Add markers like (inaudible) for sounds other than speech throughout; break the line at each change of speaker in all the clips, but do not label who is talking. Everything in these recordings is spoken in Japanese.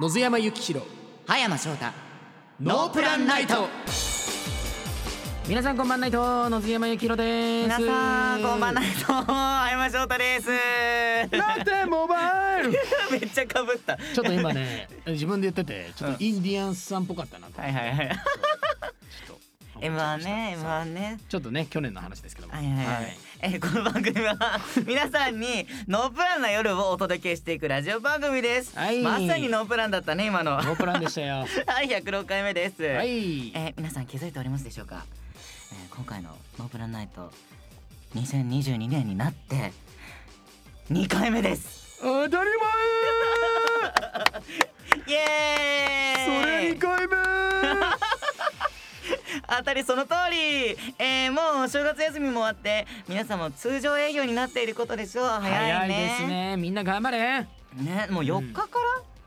野津山幸弘
葉山翔太
ノープランナイト
皆さんこんばんないと野津山幸宏です
皆さんこんばんないと葉山翔太です
なんてモバ (laughs) イル
めっちゃかぶった
ちょっと今ね自分で言っててちょっとインディアンスさんっぽかったなと
はいはいはい
ちょっと思っちゃいま
M1
した
ね M1 ね
ちょっとね去年の話ですけども
はいはいはい、えーこの番組は皆さんにノープランな夜をお届けしていくラジオ番組です、
はい
まさにノープランだったね今のは
ノープランでしたよ
い106回目です、
はい
えー皆さん気づいておりますでしょうか、えー今回のノープランナイト2022年になって2回目です
当たり
イエーイ
回目
当たりその通り、えーもうお正月休みも終わって皆さんも通常営業になっていることでしょう早
早
い
い
ね
ですねみんな頑張れ
ねもう4日から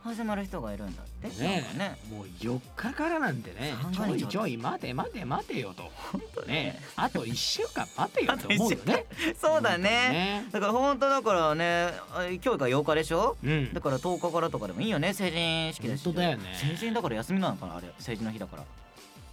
始まる人がいるんだって、なん
ね
かね
もう4日からなんてね
考
ちょい
えちゃ
うちょい待て待て待てよとねあと1週間待てよと思うよね
(laughs) そうだねだから本当だからねあ今日が8日でしょ
本当にね
だから10日からとかでもいいよね成人式だし
本当だよね
成人だから休みなのかなあれ成人の日だから
うん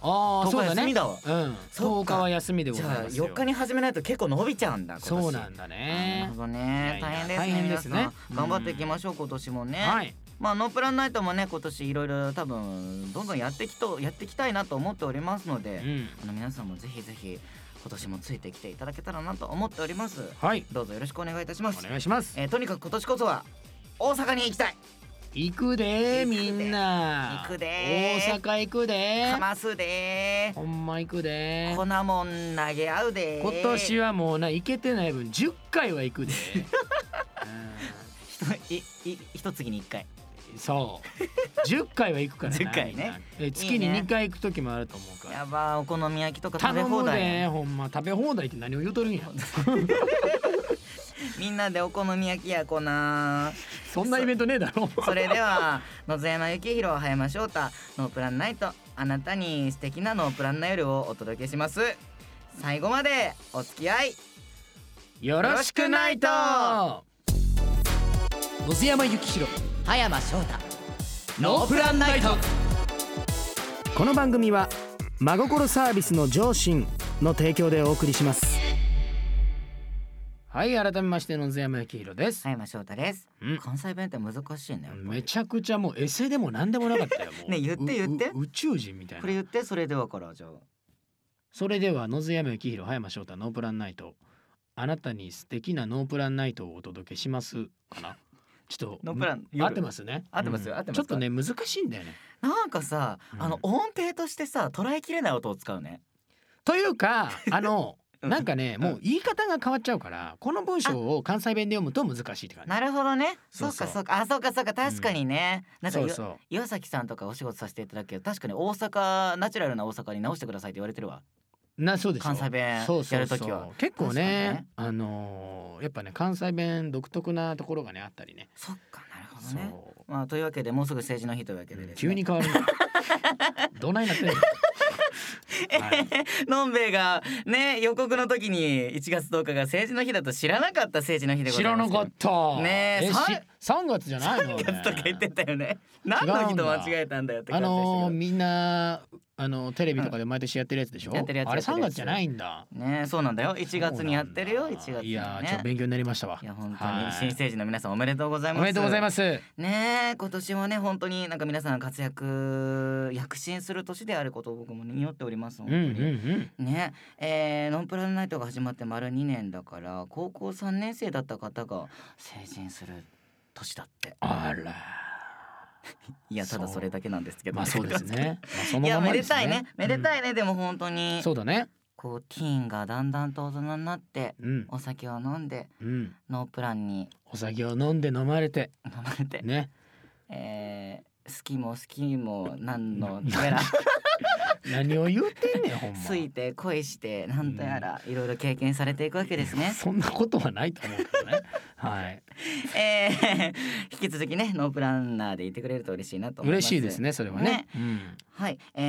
ああ
10日
そうだね
休みだわ
うん
そ
10
っか
日は休みでご
じ
ざい
ゃあ
ますよ
4日に始めないと結構伸びちゃうんだ今年
そうなんだ
なる
ね
ほど
いや
ね
いや
大変ですね
大変ですね
皆さん
うん
頑張っていきましょう今年もね、
はい
まあノープランナイトもね今年いろいろ多分どんどんやってきとやっていきたいなと思っておりますの
う
で、
ん
あの皆さんもぜひぜひ今年もついてきていただけたらなと思っております
はい
どうぞよろしくお願いいたします
お願いします
えーとにかく今年こそは大阪に行きたい
行くでみんな
行くで
大阪行くで
かますで
ほんま行くで
ー粉もん投げ合うでー
今年はもうな行けてない分10回は行くで
ひといい一月に一回
うんそう10回は行くからな
10
み
回ね
んなえ月に2回行く時もあると思うから
やばーお好み焼きとか食べ
頼
放
むで
題
ほんま食べ放題って何を言うとるんや
みんなでお好み焼きやこなー
そんなイベントねえだろ
それでは野津山幸宏葉山翔太ノープランナイトあなたに素敵なノープランな夜をお届けします最後までお付き合い
よろしくないと
野津山幸弘
葉山翔太
ノープランナイト
この番組は真心サービスの上進の提供でお送りしますはい改めまして野津山幸宏です、
葉山翔太です、
うん
関西弁って難しいね
めちゃくちゃもうエセでも何でもなか
(laughs)
ったよもう
ね言って
う
言って
う宇宙人みたい
これ
な
言ってそれではからじゃあ
それでは野津山幸宏葉山翔太ノープランナイトあなたに素敵なノープランナイトをお届けしますか
(laughs)
なちょっと
ノープラン
合ってますね
合ってますよ
うん
合ってます
ちょっとね難しいんだよね
なんかさ、
うん
あの音程としてさ捉えきれない音を使うね
という
(laughs)
かあの
うん
なんかね
うん
もう言い方が変わっちゃうからこの文章を関西弁で読むと難しいって感じ
なるほどね
そう
そ
う
か
そう
そうかあそうかそうか確かにね、なんか
そ
よ
うそう
岩崎さんとかお仕事させていただくけど確かに大阪ナチュラルな大阪に直してくださいって言われてるわ
なそうでしょ
関西弁
そうそう
やると
そ
きは
う結構ね
確
あのーやっぱね関西弁独特なところがねあったりね
そっかなるほど
そう
ねまあというわけでもうすぐ政治の日というわけでです、ね
急
(laughs)
に変わるなどないなってんのはい
のんべえがね予告の時に1月10日が政治の日だと知らなかった政治の日でござ
知
い
ら
ま
な
す
かった
ねえ
え
さん
し三月じゃないの
3月とか言って
ね
たよね (laughs) 何の日と間
違うんだ
違えたんだよって
あ
感じでしたけど、
のーみんなあのテレビとかで毎年やってるやつでしょ、
うんやってるやつ
あれ三
やってるやつ
月じゃないんだ
ねそうなんだよ1月にやってるよ
そうなん
1
だ
月にね
いやーちょっと勉強になりましたわ
いや本当
は
に
い
新成人の皆さんおめでとうござい
お
ます
めでとうございますす
ねえ今年もね本当になんか皆さん活躍躍進する年であることを僕も祈っております
う
本
ん
当
う
に、
んうん
ねえーノンプランナイトが始まって丸2年だから高校3年生だった方が成人する年だって
あら
いやただ
そう
それだけなんですけど、
まあそうです
(laughs)
ねまあそ
い
の
や
ま
め
ま
で
です
たい
ね
ねめでた
い
いね、でも本当に
そうだね
こうティーンがだんだんと大人になって
うん
お酒を飲んで
うん
ノープランに
お酒を飲んで飲まれて
飲まれて、
ね
えー好きも好きも何の
(laughs)
やら
何を言うてんねん (laughs) ほんま
ついて恋して何とやらいろいろ経験されていくわけですね。
そんなことはないと思うけ
(laughs)
どねはい
えー (laughs) 引き続きねノープランナーでいてくれると嬉しいなと思います。
嬉しいです。ねそれは
ね
ねうん
はい、え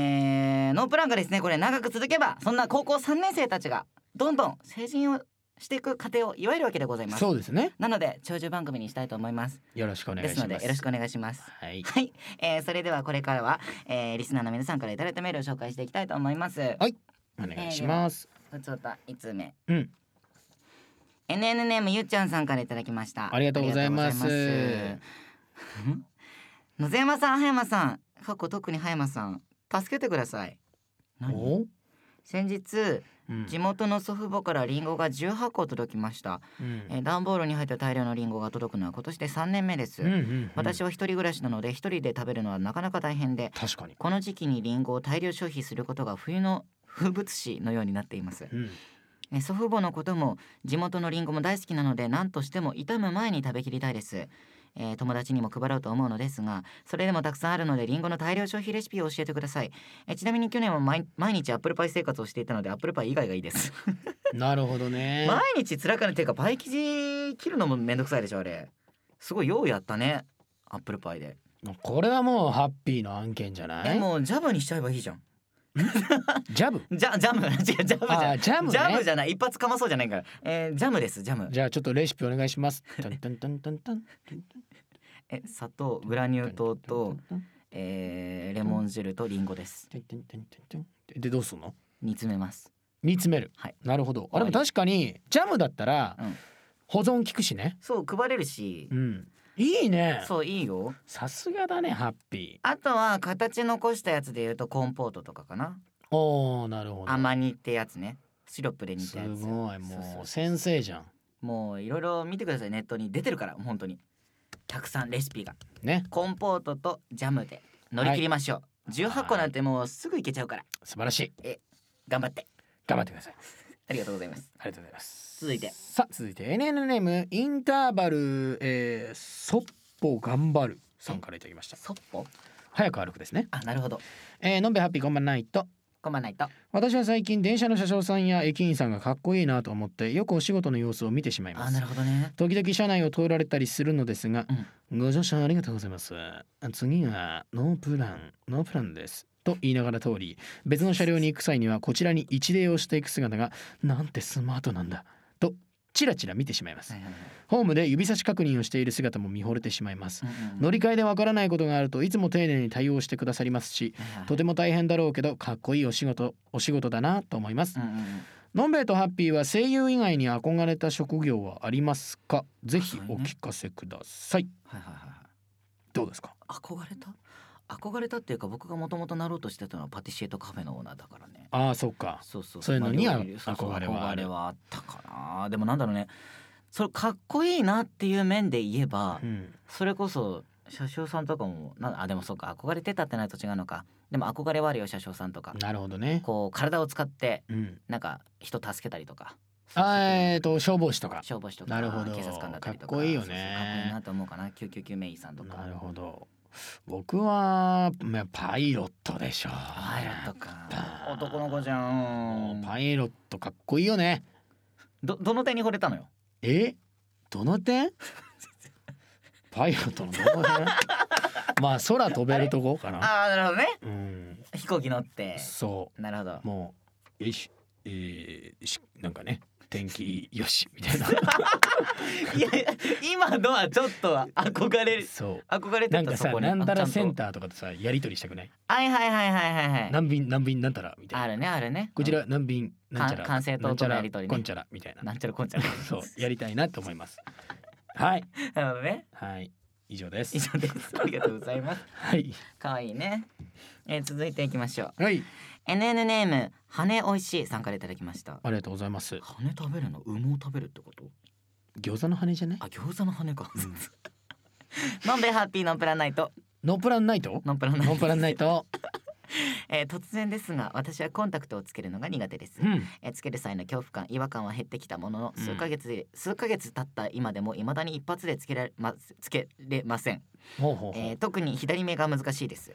ーノープランがですねこれ長く続けばそんな高校3年生たちがどんどん成人をしていく過程を祝えるわけでございます
そうですね。
なので長寿番組にしたいと思います
よろしくお願いし
です
ま
の
す。
でよろしくお願いします
はい。
はい、えー、それではこれからは、えー、リスナーの皆さんからいただいたメールを紹介していきたいと思います
お願いします。
ふつおた5つ目
うん。
NN ネームゆっちゃんさんからいただきました
ありがとうございます
ありがとうございます野瀬山さん葉山さんかっこ特に葉山さん助けてください何
お。
先日
うん
地元の祖父母からリンゴが18個届きました、
うん
えー、段ボールに入った大量のリンゴが届くのは今年で3年目です、
うんうんうん
私は一人暮らしなので一人で食べるのはなかなか大変で
確かに。
この時期にリンゴを大量消費することが冬の風物詩のようになっています
うん。
え祖父母のことも地元のリンゴも大好きなので何としても傷む前に食べきりたいです、えー友達にも配ろうと思うのですがそれでもたくさんあるのでリンゴの大量消費レシピを教えてください、えちなみに去年は毎毎日アップルパイ生活をしていたのでアップルパイ以外がいいです (laughs)
なるほどね。
毎日辛かねていうかパイ生地切るのもめんどくさいでしょあれすごいようやったねアップルパイで、
これはもうハッピーの案件じゃな
え
い。
もうジャムにしちゃえばいいじゃん
ジャブ。
ジャジャム (laughs) 違うジャムじゃ
あ
ん
ー、ジャム
ジャム
ね。
じゃない一発かまそうじゃないから、えージャムですジャム
じゃあちょっとレシピお願いします。トントントントントン
え砂糖グラニュー糖と、
トン
えーレモン汁とリンゴです
トントントントントンでどうすんの？
煮詰めます
煮詰める。
はい
なるほど。あ
終
で
わり
も確かにジャムだったら
うん
保存効くしね。
そう配れるし
うん。いいね。
そういいよ
さすがだねハッピ
あとは形残したやつで言うとコンポートとかかな
ー。おおなるほど。
甘煮ってやつねシロップで煮
す
たやつ
ごい
そうそうそ
も
う
う先生じゃん。
もういろいろ見てくださいネットに出てるから本当にたくさんレシピが
ね
コンポートとジャムで乗り切りましょう、18個なんてもうすぐいけちゃうから
素晴らしい。
頑張って
頑張ってください。
ありがとうございます
ありがとうございます。
続いて
さあ続いて NN ネームインターバル、えー、そっぽ頑張るさんからいただきました。
そっぽ
早く歩くですね。
あなるほど
えー、のんべハッピーこんばんないと。
こんばんないと
私は最近電車の車掌さんや駅員さんがかっこいいなと思ってよくお仕事の様子を見てしまいま
あ
す
なるほどね
時々車内を通られたりするのですが、ご乗車ありがとうございます次はノープランノープランですと言いながら通り別の車両に行く際にはこちらに一礼をしていく姿がなんてスマートなんだとチラチラ見てしまいます
はいはいはい
ホームで指差し確認をしている姿も見惚れてしまいます
うんうん
乗り換えでわからないことがあるといつも丁寧に対応してくださりますし
はいはい
とても大変だろうけどかっこいいお仕事お仕事だなと思います
うんうんうん
のんべえとハッピーは声優以外に憧れた職業はありますかぜひお聞かせください
はいはいはいはい
どうですか
憧れた憧れたっていうか僕がもともとなろうとしてたのはパティシエとカフェのオーナーだからね
ああそうか
そうそう
そういうのには
まあ料理そうそう
憧れはある
憧れはあったかなでもなんだろうねそれかっこいいなっていう面で言えば
うん
それこそ車掌さんとかもなあでもそうか憧れてたってなると違うのかでも憧れはあるよ車掌さんとか
なるほどね
こう体を使って
うん
なんか人助けたりとか
あーえーと消防士とか
消防士とか
なるほど
警察官だったりとか
かっこいいよね
そうそうかっこいいなと思うかな救急救命医さんとか
なるほど僕はまあパイロットでしょう
パイロットか
やっぱ
男の子じゃ
も
ん
うパイロットかっこいいよね
どどの点に惚れたのよ
えどの
(laughs)
点パイロットのどの点 (laughs) まあ空飛べるとこかな
ああなるほどね
うん
飛行機乗って
そう
なるほど
もうよし、えー、しなんかね天気よしみた
(laughs)
いな
(laughs) いやいや今のはちょっと憧れる
そ
憧れ
うな
て
んか
たそ
さ
こに
なんたら
あちゃ
セ
ん
ン
と
ターとかとさやり取りしたくない
はいはいはいはいはいはい
何便何便なんたらみたい
あ
な
るねあるね
こちら何便なんちゃら
か管制塔との
なんちゃら
やり取りね
こんちゃらみたい
うん
な
なんちゃらこんちゃら
そうやりたいなと思いますはい
なるほどね
はい以上です
以上ですありがとうございます
はい
可愛いねえー続いていきましょう
はい
NN ネーム羽おいしいさんからいただきました
ありがとうございます
羽食べるの羽毛食べるってこと
餃子の羽じゃない
あ餃子の羽 (laughs) かのんべえハッピーのプランナイト
ノープランナイ
(laughs)
ト
ノンプランナイ
ノ
ト
ープランナイト
えー突然ですが私はコンタクトをつけるのが苦手です、
うん
えーつける際の恐怖感違和感は減ってきたものの
うん
数ヶ月で、数ヶ月経った今でも未だに一発でつけられまつけれません、
ほうほうほう、
えー特に左目が難しいです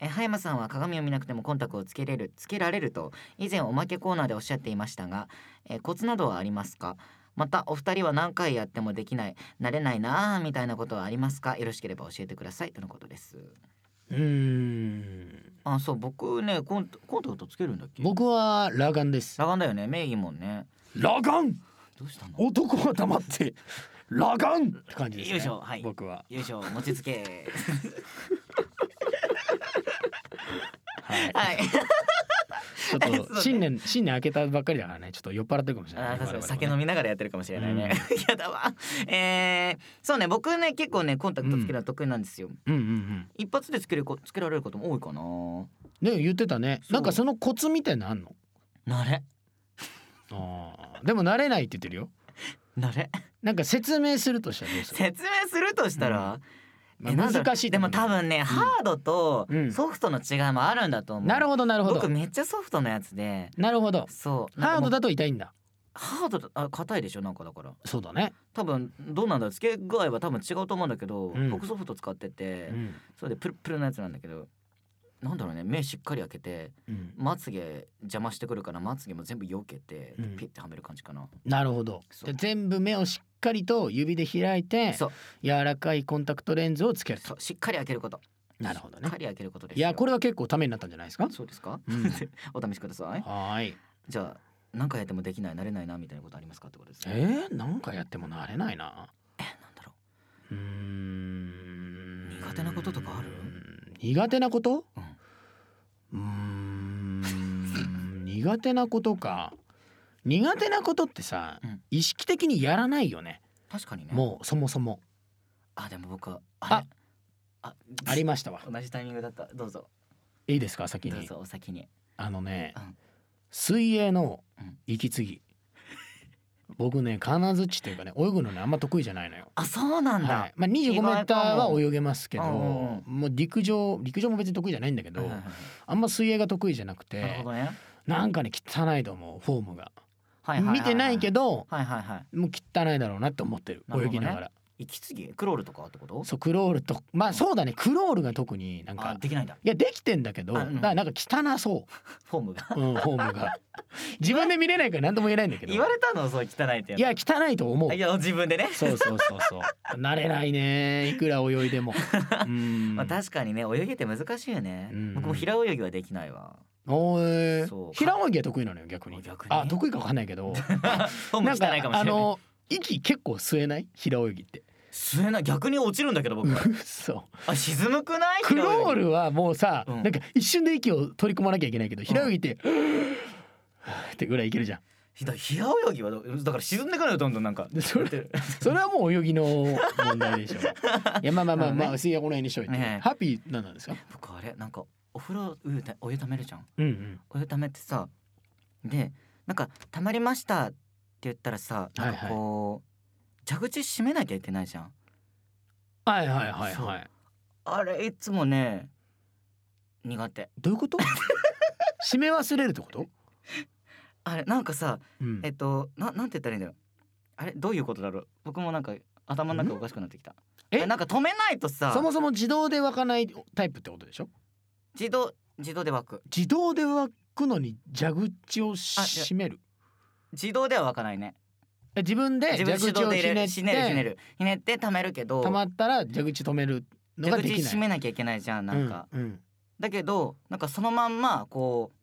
えー葉山さんは鏡を見なくてもコンタクトをつけれるつけられると以前おまけコーナーでおっしゃっていましたが、えーコツなどはありますかまたお二人は何回やってもできない慣れないなあみたいなことはありますかよろしければ教えてくださいとのことです
うーん
あそう僕ねコンタコンタクトつけるんだっけ
僕は裸眼です
裸眼だよね名義もんね
裸眼
どうしたのよ
男は黙ってラガンって感じですね
よいしょはい
僕
(laughs)
はい
しょ餅つけ
(laughs) はい
はい
ちょっ
そう
と
ね
新年新年明けたばっかりだからねちょっと酔っ払ってるかもしれな
あ
い
ー確か
ね
に酒飲みながらやってるかもしれないね。 (laughs) やだわ。えー、そうね僕ね結構ねコンタクトつけるの得意なんですよ。
うんうんうん
一発でつけるこつけられることも多いかな。
ね言ってたね
そう
なんかそのコツみたいなのあんの
慣れ
あーでも慣れないって言ってるよ
慣れ。
なんか説明するとしたらどうする、
説明するとしたら、
まあ
えなんだろう
難しい
で
と思う
も多分ね、ハードと
うん
ソフトの違いもあるんだと思う。
なるほどなるほど
僕めっちゃソフトのやつで。
なるほど
そう。
ハード
だ。
だと痛いんだ
ハードだあ硬いでしょなんかだから。
そうだね、
多分どうなんだろうつけ具合は多分違うと思うんだけど、
うん
僕ソフト使ってて。
うん
それでプルプルのやつなんだけどなんだろうね目しっかり開けて
うん、
まつげ邪魔してくるからまつげも全部避けて、
うん
ピッてはめる感じかな
なるほど
そう
で全部目をしっかりと指で開いて
そう
柔らかいコンタクトレンズをつける
そ
と
うしっかり開けること
なるほど
しっ
ね
かり開けることです
いやこ
れ
れは結構ためになったんじゃないですか
そうですか
うん
(laughs) お試しください
はーい
じゃあ何回やってもできない慣れないなみたいなことありますかってことですね
えー、なんかやっても慣れないな
なんだろ
うーん
苦手なこととかある
苦手なこと
う、
うーん苦手なことか苦手なことってさ、
うん
意識的にやらないよね
確かにね
もうそもそも
あでも僕はあれあ
ありましたわ
同じタイミングだったどうぞ
いいですか先
どう
に
ぞお先に
あのね、
うん
水泳の
うん
息継ぎ、僕ね金槌というかね泳ぐのねあんま得意じゃないのよ。
あそうなんだ、
はいまあ、25メ
意
ー
外
タ
かも
ーは泳げますけど、
うんうん
もう陸上陸上も別に得意じゃないんだけど、
はいはいはい
あんま水泳が得意じゃなくて
なるほどね、
なんかね汚いと思うフォームが、
はいはいはいはい、
見てないけど
はいはいはい
もう汚いだろうなって思ってる
なるほ
泳
どね
ぎながら
息継ぎクロールとかってこと
そうクロールとまあそうだねクロールが特になんか
あできないんだ
いやできてんだけどだ
あう
か
ん
らなんか汚そ
フォームが (laughs)
う、うん、フォームが自分で見れないから何とも言えないんだけど
言われたのそう汚いって
いや汚いと思う
いや自分でね、
そうそうそうそう。慣れないね。いくら泳い
(laughs)
でも。うん。
まあ確かにね泳ぎって難しいよね、
うん
僕も平泳ぎはできないわ
おー
そう
平泳ぎは得意なのよ逆に。
逆に
あ得意かわかんないけ
(laughs)
ど。
フォーム汚いかもしれない
あの息結構吸えない平泳ぎって。 (laughs)
吸えない逆に落ちるんだけど僕
そう。
あ沈むくない
クロー
平泳ぎ
ルはもうさ、
うん
なんか一瞬で息を取り込まなきゃいけないけど平泳ぎって。ってぐらいいけるじゃん。
ひどい平泳ぎはどだから沈んでくるよどんどんなんか
でそれそれはもう泳ぎの問題で
(laughs)
しょ。いやまあまあまあまあ、水泳はこの辺にしといて。
ね
ハッピーなんなんですか。
(laughs) 僕あれなんかお風呂お湯たお湯ためるじゃん
うんうん。
お湯ためてさでなんか「たまりました」って言ったらさなんかこう、蛇口閉めなきゃいけないじゃん
はいはいはい
そ
はい。
あれいつもね苦手
どういうこと
(laughs)
締め忘れるってこと、
あれなんかさ
うん
えっとななんて言ったらいいんだよあれどういうことだろう僕もなんか頭の中おかしくなってきた
え
えなんか止めないとさ
そもそも自動で湧かないタイプってことでしょ
自動自動で湧く
自動で湧くのに蛇口を閉める
自動では湧かないね
え自分で
自
蛇
分
口
手動
を
で
ひ
入れ
ねっ
る
て
ひねるひねるひねって溜めるけど
溜まったら蛇口止めるのが
蛇
で
口
きない
閉めなきゃいけないじゃんなんか、
うんうん
だけどなんかそのまんまこう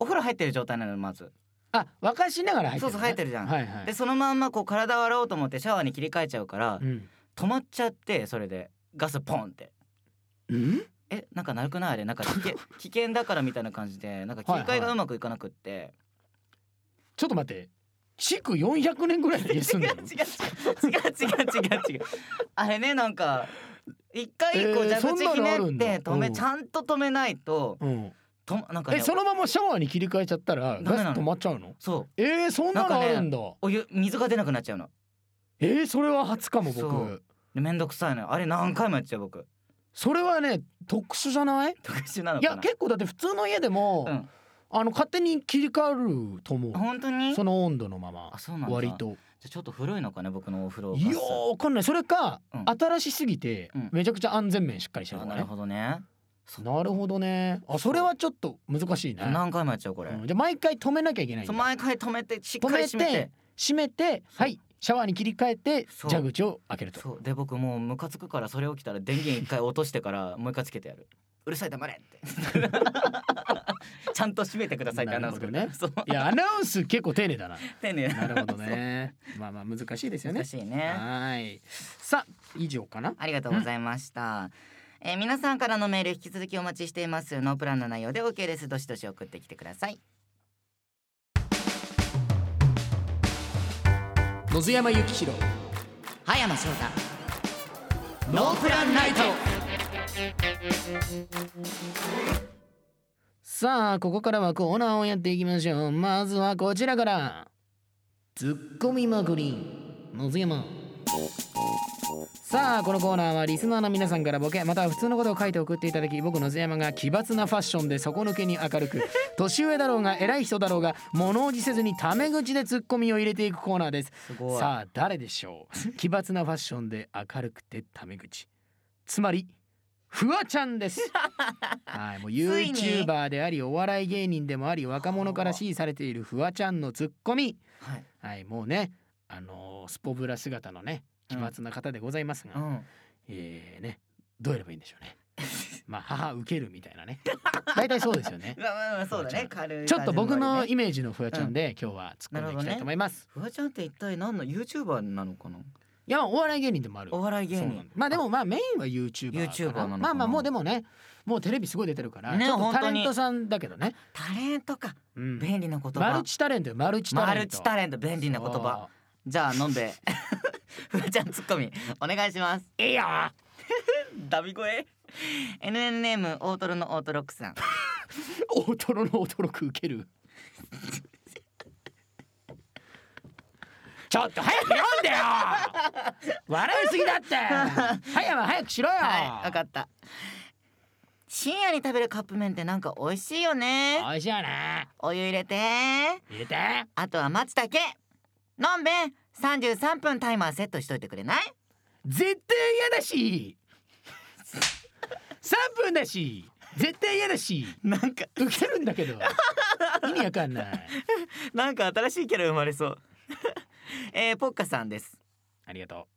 お風呂入ってる状態なのまず
あ沸かしながら入ってる、ね、
そうそう入ってるじゃん
はいはい
でそのまんまこう体を洗おうと思ってシャワーに切り替えちゃうから
うん、
止まっちゃってそれでガスポンって
うん、
えなんかなくないあれなんか危
(laughs)
険危険だからみたいな感じでなんか切り替えがうまくいかなくって、
ちょっと待って築400年ぐらいの家住んでる
違う違う違う違う違う違うあれねなんか一回こう
えー
蛇口ひね
そんなのある
っ
んだ
て止め、
うん
ちゃんと止めないと
うん、
となんか
え
ね
そのままシャワーに切り替えちゃったら
ダメなの
ガス止まっちゃうの
そう
えー、そんなのあるんだ
お湯水が出なくなっちゃうの
えー、それは初かも
そ
僕
うでめんどくさいのよあれ何回もやっちゃう僕
それはね特殊じゃない
特殊なの
い
かな
や結構だって普通の家でも、
うん
あの勝手に切り替わると思う
本当に
その温度のまま
あそうなんだ
割と
じゃあちょっと古いのかね僕のお風呂
いやーわかんないそれか、
うん
新しすぎて、
うん
めちゃくちゃ安全面しっかりしてる
あ
の
な
か
る
ね
ほどね
なるほどねあそれはちょっと難しいね、
何回もやっちゃうこれ、
うんじゃあ毎回止めなきゃいけないん
そう
だ
毎回止めてしっかり
止
閉
め
め
て
て
閉めて
そう
はいシャワーに切り替えて
そう
蛇口を開けると
そうで僕もうムカつくからそれ起きたら電源一回落としてからもう一回つけてやるうるさい黙れって (laughs) ちゃんと閉めてくださいってアナウンスが
なる
そう
いやアナウンス結構丁寧だな。
丁寧
なるほど
(laughs)
ね。まあまあ難しいですよね
難。しいね
はい。さあ以上かな。
ありがとうございました、えー皆さんからのメール引き続きお待ちしていますノープランの内容で OK ですどしどし送ってきてください
野津山幸弘
葉山翔太
ノープランナイト
さあここからはコーナーをやっていきましょう。まずはこちらから。ツッコミまくり野津山。さあこのコーナーはリスナーの皆さんからボケまたは普通のことを書いて送っていただき僕野津山が奇抜なファッションで底抜けに明るく年上だろうが偉い人だろうが物おじせずにタメ口でツッコミを入れていくコーナーです
すごい
さあ誰でしょう奇抜なファッションで明るくてタメ口つまりフワちゃんです (laughs) はいもう
ついに
YouTuber でありお笑い芸人でもあり若者から支持されているフワちゃんのツッコミ
はい
はいもうねあのースポブラ姿のね奇抜な方でございますが、
うん
えーねどうやればいいんでしょうねまあ母受けるみたいなね (laughs) 大体そうですよね
うわうわうわそうだ
フワちゃ
ね
ん
軽い
ちょっと僕の
感じ
イメージのフワちゃんで今日は突っ込んでいきたいと思います、
の割ねフワちゃんって一体何の YouTuber なのかない
やお笑い芸人でもある
お笑い芸
そうなん
人
だまあでもまあメインは YouTuber か
YouTuber なのかな
まあまあもうでもねもうテレビすごい出てるから、
ね
ちょっと
本当
タ
に
レントさんだけどね、
タレントか
うん
便利な言葉
マルチタレントよマルチタ
マ
レン
ル
ト
チタレント便利な言葉じゃあ飲んで (laughs) フワちゃんツッコミお願いします
そういいよ
ダビ声 NN ネーム大トロのオートロックさん
大トロの驚く受けるちょっと早く読んでよ笑いすぎだって早山早くしろよ、
はい、わかった。深夜に食べるカップ麺ってなんか美味しいよね。
おいしいよね
お湯入れて、
入れて
あとは待つだけ。のんべん、三十三分タイマーセットしといてくれない？
絶対嫌だし3分だし絶対嫌だし
なんか
受けるんだけど意味わかんない
なんか新しいキャラ生まれそう。 (laughs) えー、ポッカさんです。
ありがと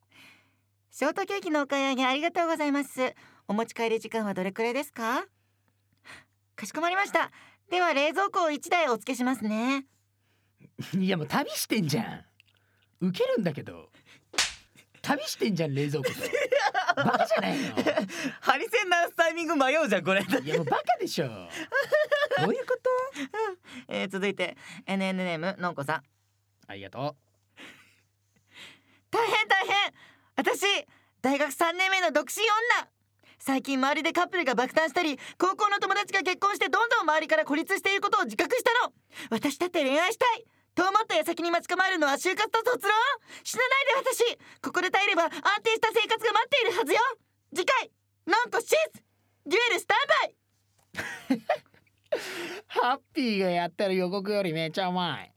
ショートケーキのお買い上げありがとうございます。お持ち帰り時間はどれくらいですか？かしこまりました。では冷蔵庫を一台お付けしますね。
ういやもう旅してんじゃん受けるんだけど旅してんじゃん冷蔵庫とバカじゃないの
ハリセンダンスタイミング迷うじゃんこれ。
いやもうバカでしょどういうこと
(laughs) えー、続いて NN ネームのんこさん
ありがと
大変大変私大学3年目の独身女最近周りでカップルが爆誕したり高校の友達が結婚してどんどん周りから孤立していることを自覚したの私だって恋愛したいと思った矢先に待ち構えるのは就活と卒論死なないで私ここで耐えれば安定した生活が待っているはずよ次回のんこシスデュエルスタンバイ
うハッピーがやってる予告よりめちゃうまい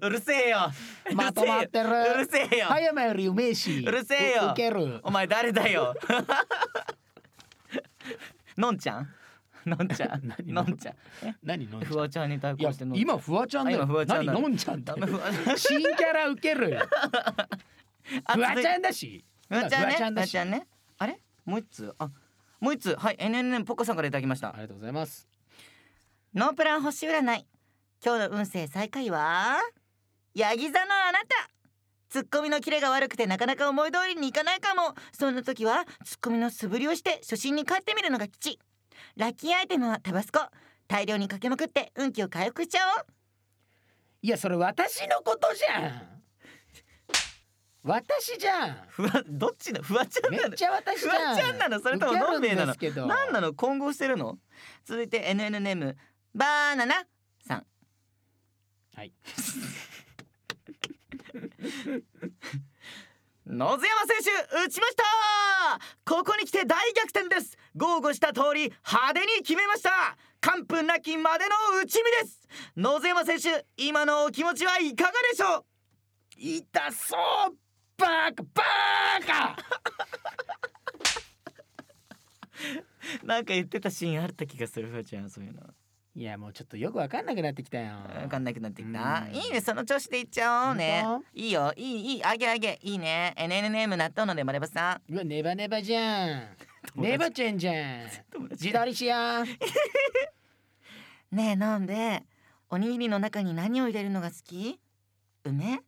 う
るせえよ
まとまってる
せえよ
葉山よりうめえし
うるせえよ
う受ける
お前誰
(laughs)
だよのんちゃんのんちゃん
(laughs) 何
のんちゃんえ
何のんちゃん
フワちゃんに対
いや
抗してのんちゃん
今フワちゃんだ
あ
よ
今フワちゃん
何
だ
のんちゃんって
ダメフワ
新キャラ受ける
あ
フワちゃ
続い
んだし
フワちゃんね
フワ
フ
ちゃんだ
ワ
し
ちゃんねあれもう一つあもう一つはい NNN ポッカさんからいただきまし
あ
た
りがとうございます
ノープラン星占い今日の運勢最下位はヤギ座のあなたツッコミのキレが悪くてなかなか思い通りにいかないかもそんな時はツッコミの素振りをして初心に帰ってみるのが吉ラッキーアイテムはタバスコ大量にかけまくって運気を回復しちゃおう
いやそれ私のことじゃん私じゃん
ふわどっちのふわちゃ
めっちゃ私じゃん
フワちゃんなのそれとものんべえなの
受けるんですけど
なんなの混合してるの続いて NN ネームバナナさん
はい
野津山選手打ちましたここに来て大逆転です豪語した通り派手に決めました完封なきまでの打ち身です野津山選手今のお気持ちはいかがでしょう
痛そうバカバカ
なんか言ってたシーンあった気がするふわちゃんそういうの
いやもうちょっとよくわかんなくなってきたよ
わかんなくなってきた
う。ん
いいね、その調子でいっちゃおうね
本。
いいよ、いい、いい、あげあげ、いいね。NN ネーム納豆のでまればさん。
うわネ
(laughs)
バネバじゃん
達 (laughs)
ネバちゃんじゃん自撮りしや
ねえなんでおにぎりの中に何を入れるのが好き梅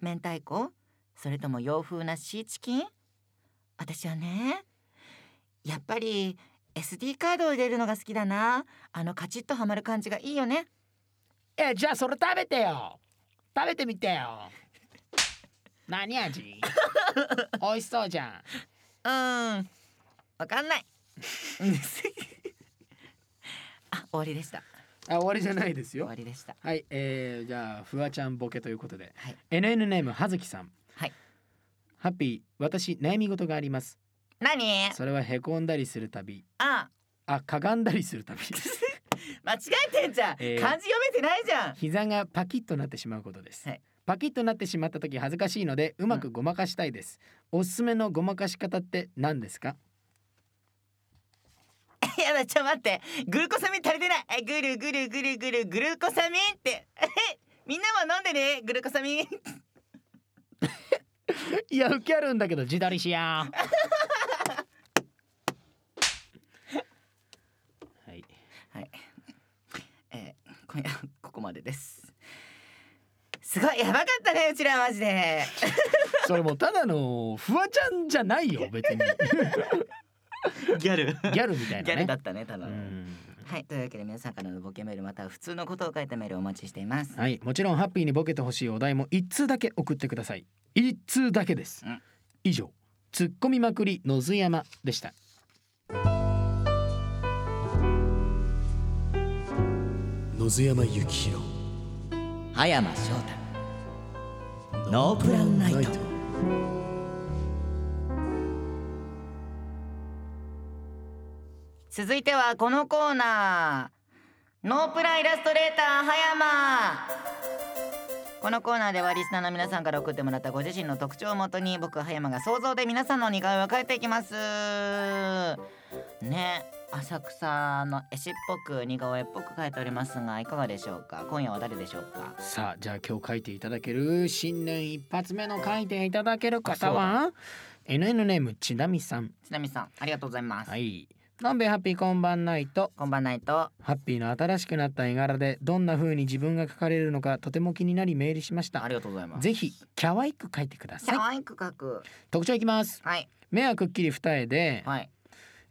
明太子それとも洋風なシーチキン私はねやっぱり SD カードを入れるのが好きだなあのカチッとはまる感じがいいよね
えじゃあそれ食べてよ食べてみてよ何 (laughs) 味美味しそうじゃ
うーんわかんない (laughs) あ終わりでした
んあ終わりじゃないです
終
よ
わりでした
はい、えー、じゃあフワちゃんボケということで、
はい
NN ネームはずきさん
はい
ハッピー私悩み事があります
何
それはへこんだりするたび
あ
あかがんだりす
(laughs)
るたび
間違えてんじゃん、
えー
漢字読めてないじゃん
膝がパキッとなってしまうことです、
はい
パキッとなってしまった時恥ずかしいのでうまくごまかしたいです、おすすめのごまかし方って何ですか
い (laughs) やだちょっと待ってグルコサミン足りてないえグルグルグルグルグルコサミンって (laughs) えみんなも飲んでねグルコサミン
いや受けあるんだけど自撮りしようはい
はい、 (laughs) えー、今夜はここまでですすごいやばかったねうちらマジで
それもうただのフワちゃんじゃないよ
(laughs)
別に
(laughs) ギャル
ギャルみたいなね
ギャルだったねただ
う
の
ん
はいというわけで皆さんからのボケメールまたは普通のことを書いたメールをお待ちしています
はいもちろんハッピーにボケてほしいお題も一通だけ送ってください一通だけです、
うん
以上ツッコミまくり野津山でした
野津山幸宏
葉山翔太
ノープランナイト
続いてはこのコーナーノープランイラストレーター葉山このコーナーではリスナーの皆さんから送ってもらったご自身の特徴をもとに僕葉山が想像で皆さんの似顔絵を描いていきますね浅草の絵師っぽく似顔絵っぽく描いておりますがいかがでしょうか今夜は誰でしょうか
さあじゃあ今日書いていただける新年一発目の書いていただける方は NN ネームちなみさん
ちなみさんありがとうございます、
はいなんべハッピーこんばんないと
こんばんないと
ハッピーの新しくなった絵柄でどんな風に自分が描かれるのかとても気になりメールしまし
あ
た
りがとうございます
ぜひ可愛く描いてください
可愛く描く
特徴いきます
はい
目はくっきり二重で、
はい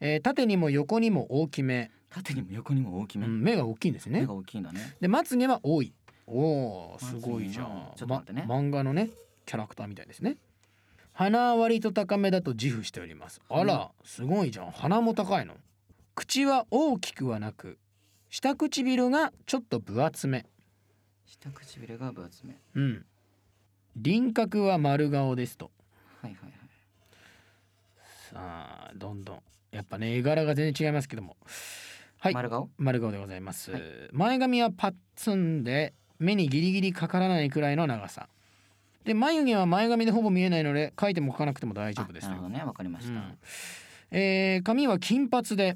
えー縦にも横にも大きめ、
縦にも横にも大き
う
め、
ん、目が大きいんです
目
ね
が大きいんだね
でまつげは多いおーすごいじゃん
まつげなちょっと待ってね
ま漫画のねキャラクターみたいですね鼻は割と高めだと自負しておりますあらすごいじゃん鼻も高いの口は大きくはなく下唇がちょっと分厚め
下唇が分厚め
うん輪郭は丸顔ですと
はいはいはい
さあどんどんやっぱね絵柄が全然違いますけどもはい
丸顔
丸顔でございます、
はい
前髪はパッツンで目にギリギリかからないくらいの長さで眉毛は前髪でほぼ見えないので描いても描かなくても大丈夫です
あなるほどねわかりま
う
した、
んえー髪は金髪で、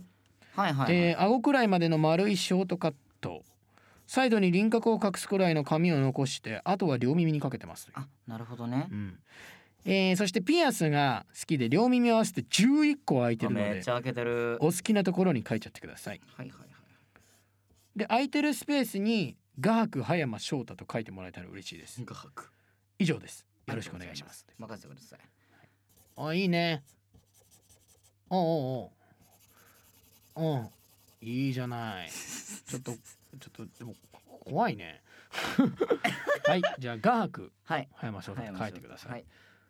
はいはい、はい
えー顎くらいまでの丸いショートカットサイドに輪郭を隠すくらいの髪を残してあとは両耳にかけてます、
あなるほどね
うんえーそしてピアスが好きで両耳を合わせて11個開いて
あ
るの
めっ
で
ちゃ開けてる
お好きなところに書いちゃってください
はいはいはい
で空いてるスペースに画伯葉山翔太と書いてもらえたら嬉しいです
画伯
以上ですよろしくお願いします
任せてください
あいいねおうおうおううんいいじゃないちょっとちょっとでも怖い
(laughs)
ねはいじゃあ画伯
はい
葉山翔太と書いてください、
はい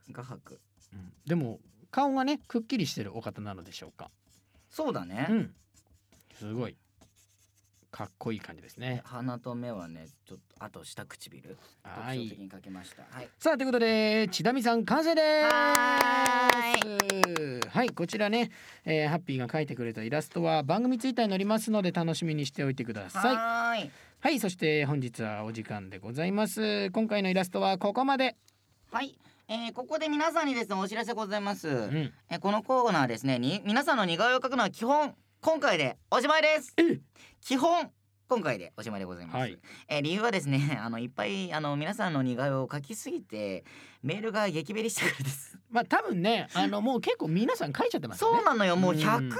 画伯
うんでも顔がねくっきりしてるお方なのでしょうか
そうだね、
うんすごいかっこいい感じですね
鼻と目はねちょっとあと下唇特
は
徴
い
的にかけましたはい
さあということで千田美さん完成です
は
はいこちらね、えーハッピーが描いてくれたイラストは番組ツイッターに載りますので楽しみにしておいてくださいは
はーい
いそして本日はお時間でございます今回のイラストはここまで、
はい、えー、ここで皆さんにですねお知らせございます、
うん、
えーこのコーナーですねに皆さんの似顔絵を描くのは基本今回でおしまいです基本今回でおしまいでございます、
はい
えー理由はですね (laughs) あのいっぱいあの皆さんの似顔絵を描きすぎてメールが激減りしたからです (laughs)
まあ多分ねあのもう結構皆さん書いちゃってますね
そうなのよもう
うん
100人以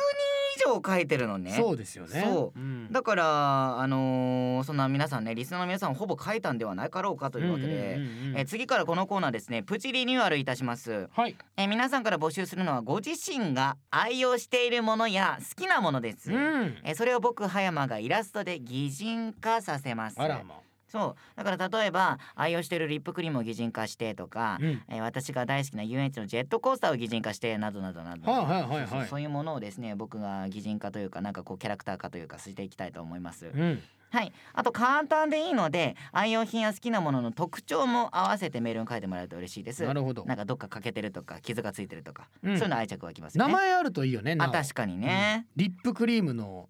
以上書いてるのね
そうですよね。
そ
うん
だからあのーそんな皆さんねリスナーの皆さんほぼ書いたんではないかろうかというわけで、
んんうんうん
えー次からこのコーナーですねプチリニューアルいたします、
はい。
えー皆さんから募集するのはご自身が愛用しているものや好きなものです、
うん。
えーそれを僕葉山がイラストで擬人化させます
あらま
そうだから例えば愛用しているリップクリームを擬人化してとか
あ。、うん。
えー私が大好きな遊園地のジェットコースターを擬人化してなどなどなど、
はいはいはい
そうそ
は
う
い
そ。ういうものをですね僕が擬人化というかなんかこうキャラクター化というかしていきたいと思います、
うん。
はいあと簡単でいいので愛用品や好きなものの特徴も合わせてメールに書いてもらえると嬉しいです
なるほど。
なんかどっか欠けてるとか傷がついてるとか、
うん
そういうの愛着湧きますよ
名
ね
前あるといいよね。な
あ
お
確かにね、
リップクリームの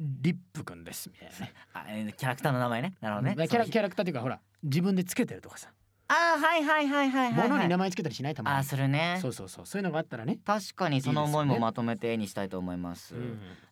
リップくんですみたいなね。
あえーキャラクターの名前ねなるほどね、
キャラ
そう
キャラクターっていうかほら自分でつけてるとかさ、
あーはいはいはいはいはい、
物
は
に
い、
名前つけたりしないたま
あー
に
するね
そうそうそうそういうのがあったらね。
確かにその思い
いいです
も
ね
まとめて絵にしたいと思います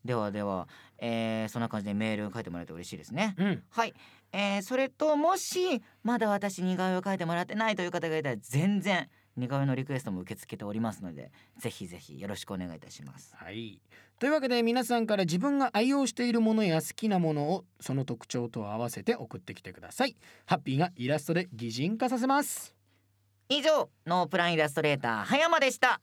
で
うん
はでは、えーそんな感じでメール書いてもらえると嬉しいですね
うん。
はい、えーそれともしまだ私似顔絵を描いてもらってないという方がいたら全然似顔絵のリクエストも受け付けておりますのでぜひぜひよろしくお願いいたします
はい。というわけで皆さんから自分が愛用しているものや好きなものをその特徴と合わせて送ってきてください。ハッピーがイラストで擬人化させます。
以上ノープランイラストレーター葉山でした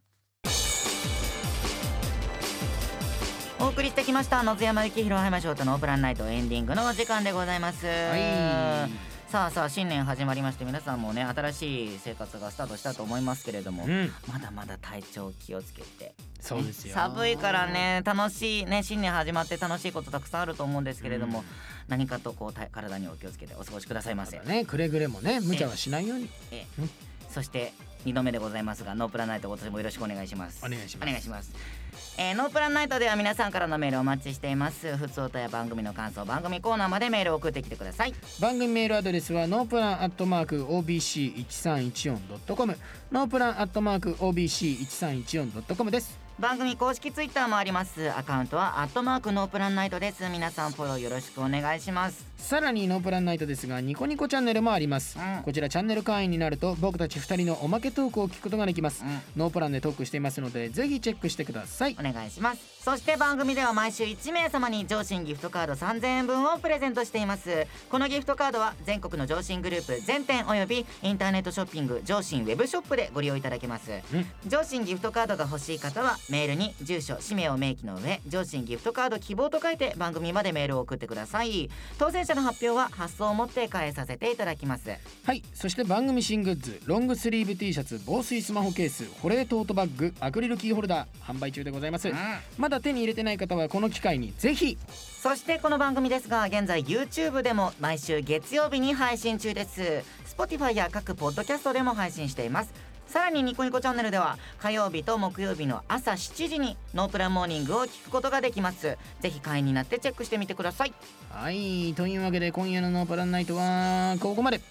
お送りしてきました野津山幸宏葉山翔太のノープランナイトエンディングのお時間でございます、
は
さあさあ新年始まりまして皆さんもね新しい生活がスタートしたと思いますけれども、
い。うん。
まだまだ体調気をつけて
そうですよ。
寒いから。ね楽しいね新年始まって楽しいことたくさんあると思うんですけれども、
うん
何かとこう体体にお気をつけてお過ごしくださいませ、
ね、くれぐれもね、無茶はしないように。
そして2度目でございますがノープランナイト今年もよろしくお願いします
お願いします
お願いしますえーノープランナイトでは皆さんからのメールをお待ちしています普通音や番組の感想番組コーナーまでメールを送ってきてください
番組メールアドレスはノープランアットマーク OBC1314.com ノープランアットマーク OBC1314.com です
番組公式ツイッターもありますアカウントはアットマークノープランナイトです皆さんフォローよろしくお願いします
さらにノープランナイトですがニコニコチャンネルもあります、
うん
こちらチャンネル会員になると僕たち2人のおまけトークを聞くことができます、
うん
ノープランでトークしていますのでぜひチェックしてください
お願いしますそして番組では毎週1名様に上信ギフトカード3000円分をプレゼントしていますこのギフトカードは全国の上信グループ全店およびインターネットショッピング上信ウェブショップでご利用いただけます
う
上信ギフトカードが欲しい方はメールに住所氏名を明記の上上信ギフトカード希望と書いて番組までメールを送ってください当選者の発表は発送をもって返させていただきます
はいそして番組新グッズロングスリーブ T シャツ防水スマホケース保冷トートバッグアクリルキーホルダー販売中でございます、まだ手に入れてない方はこの機会にぜひ
そしてこの番組ですが現在 YouTube でも毎週月曜日に配信中です Spotify や各ポッドキャストでも配信していますさらにニコニコチャンネルでは火曜日と木曜日の朝7時にノープランモーニングを聞くことができますぜひ会員になってチェックしてみてください
はいというわけで今夜の「ノープランナイト」はここまで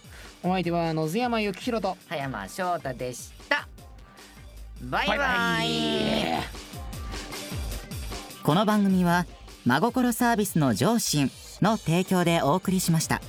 お相手は野津山幸宏と
葉山翔太でしたバイバイこの番組は真心サービスの上信の提供でお送りしました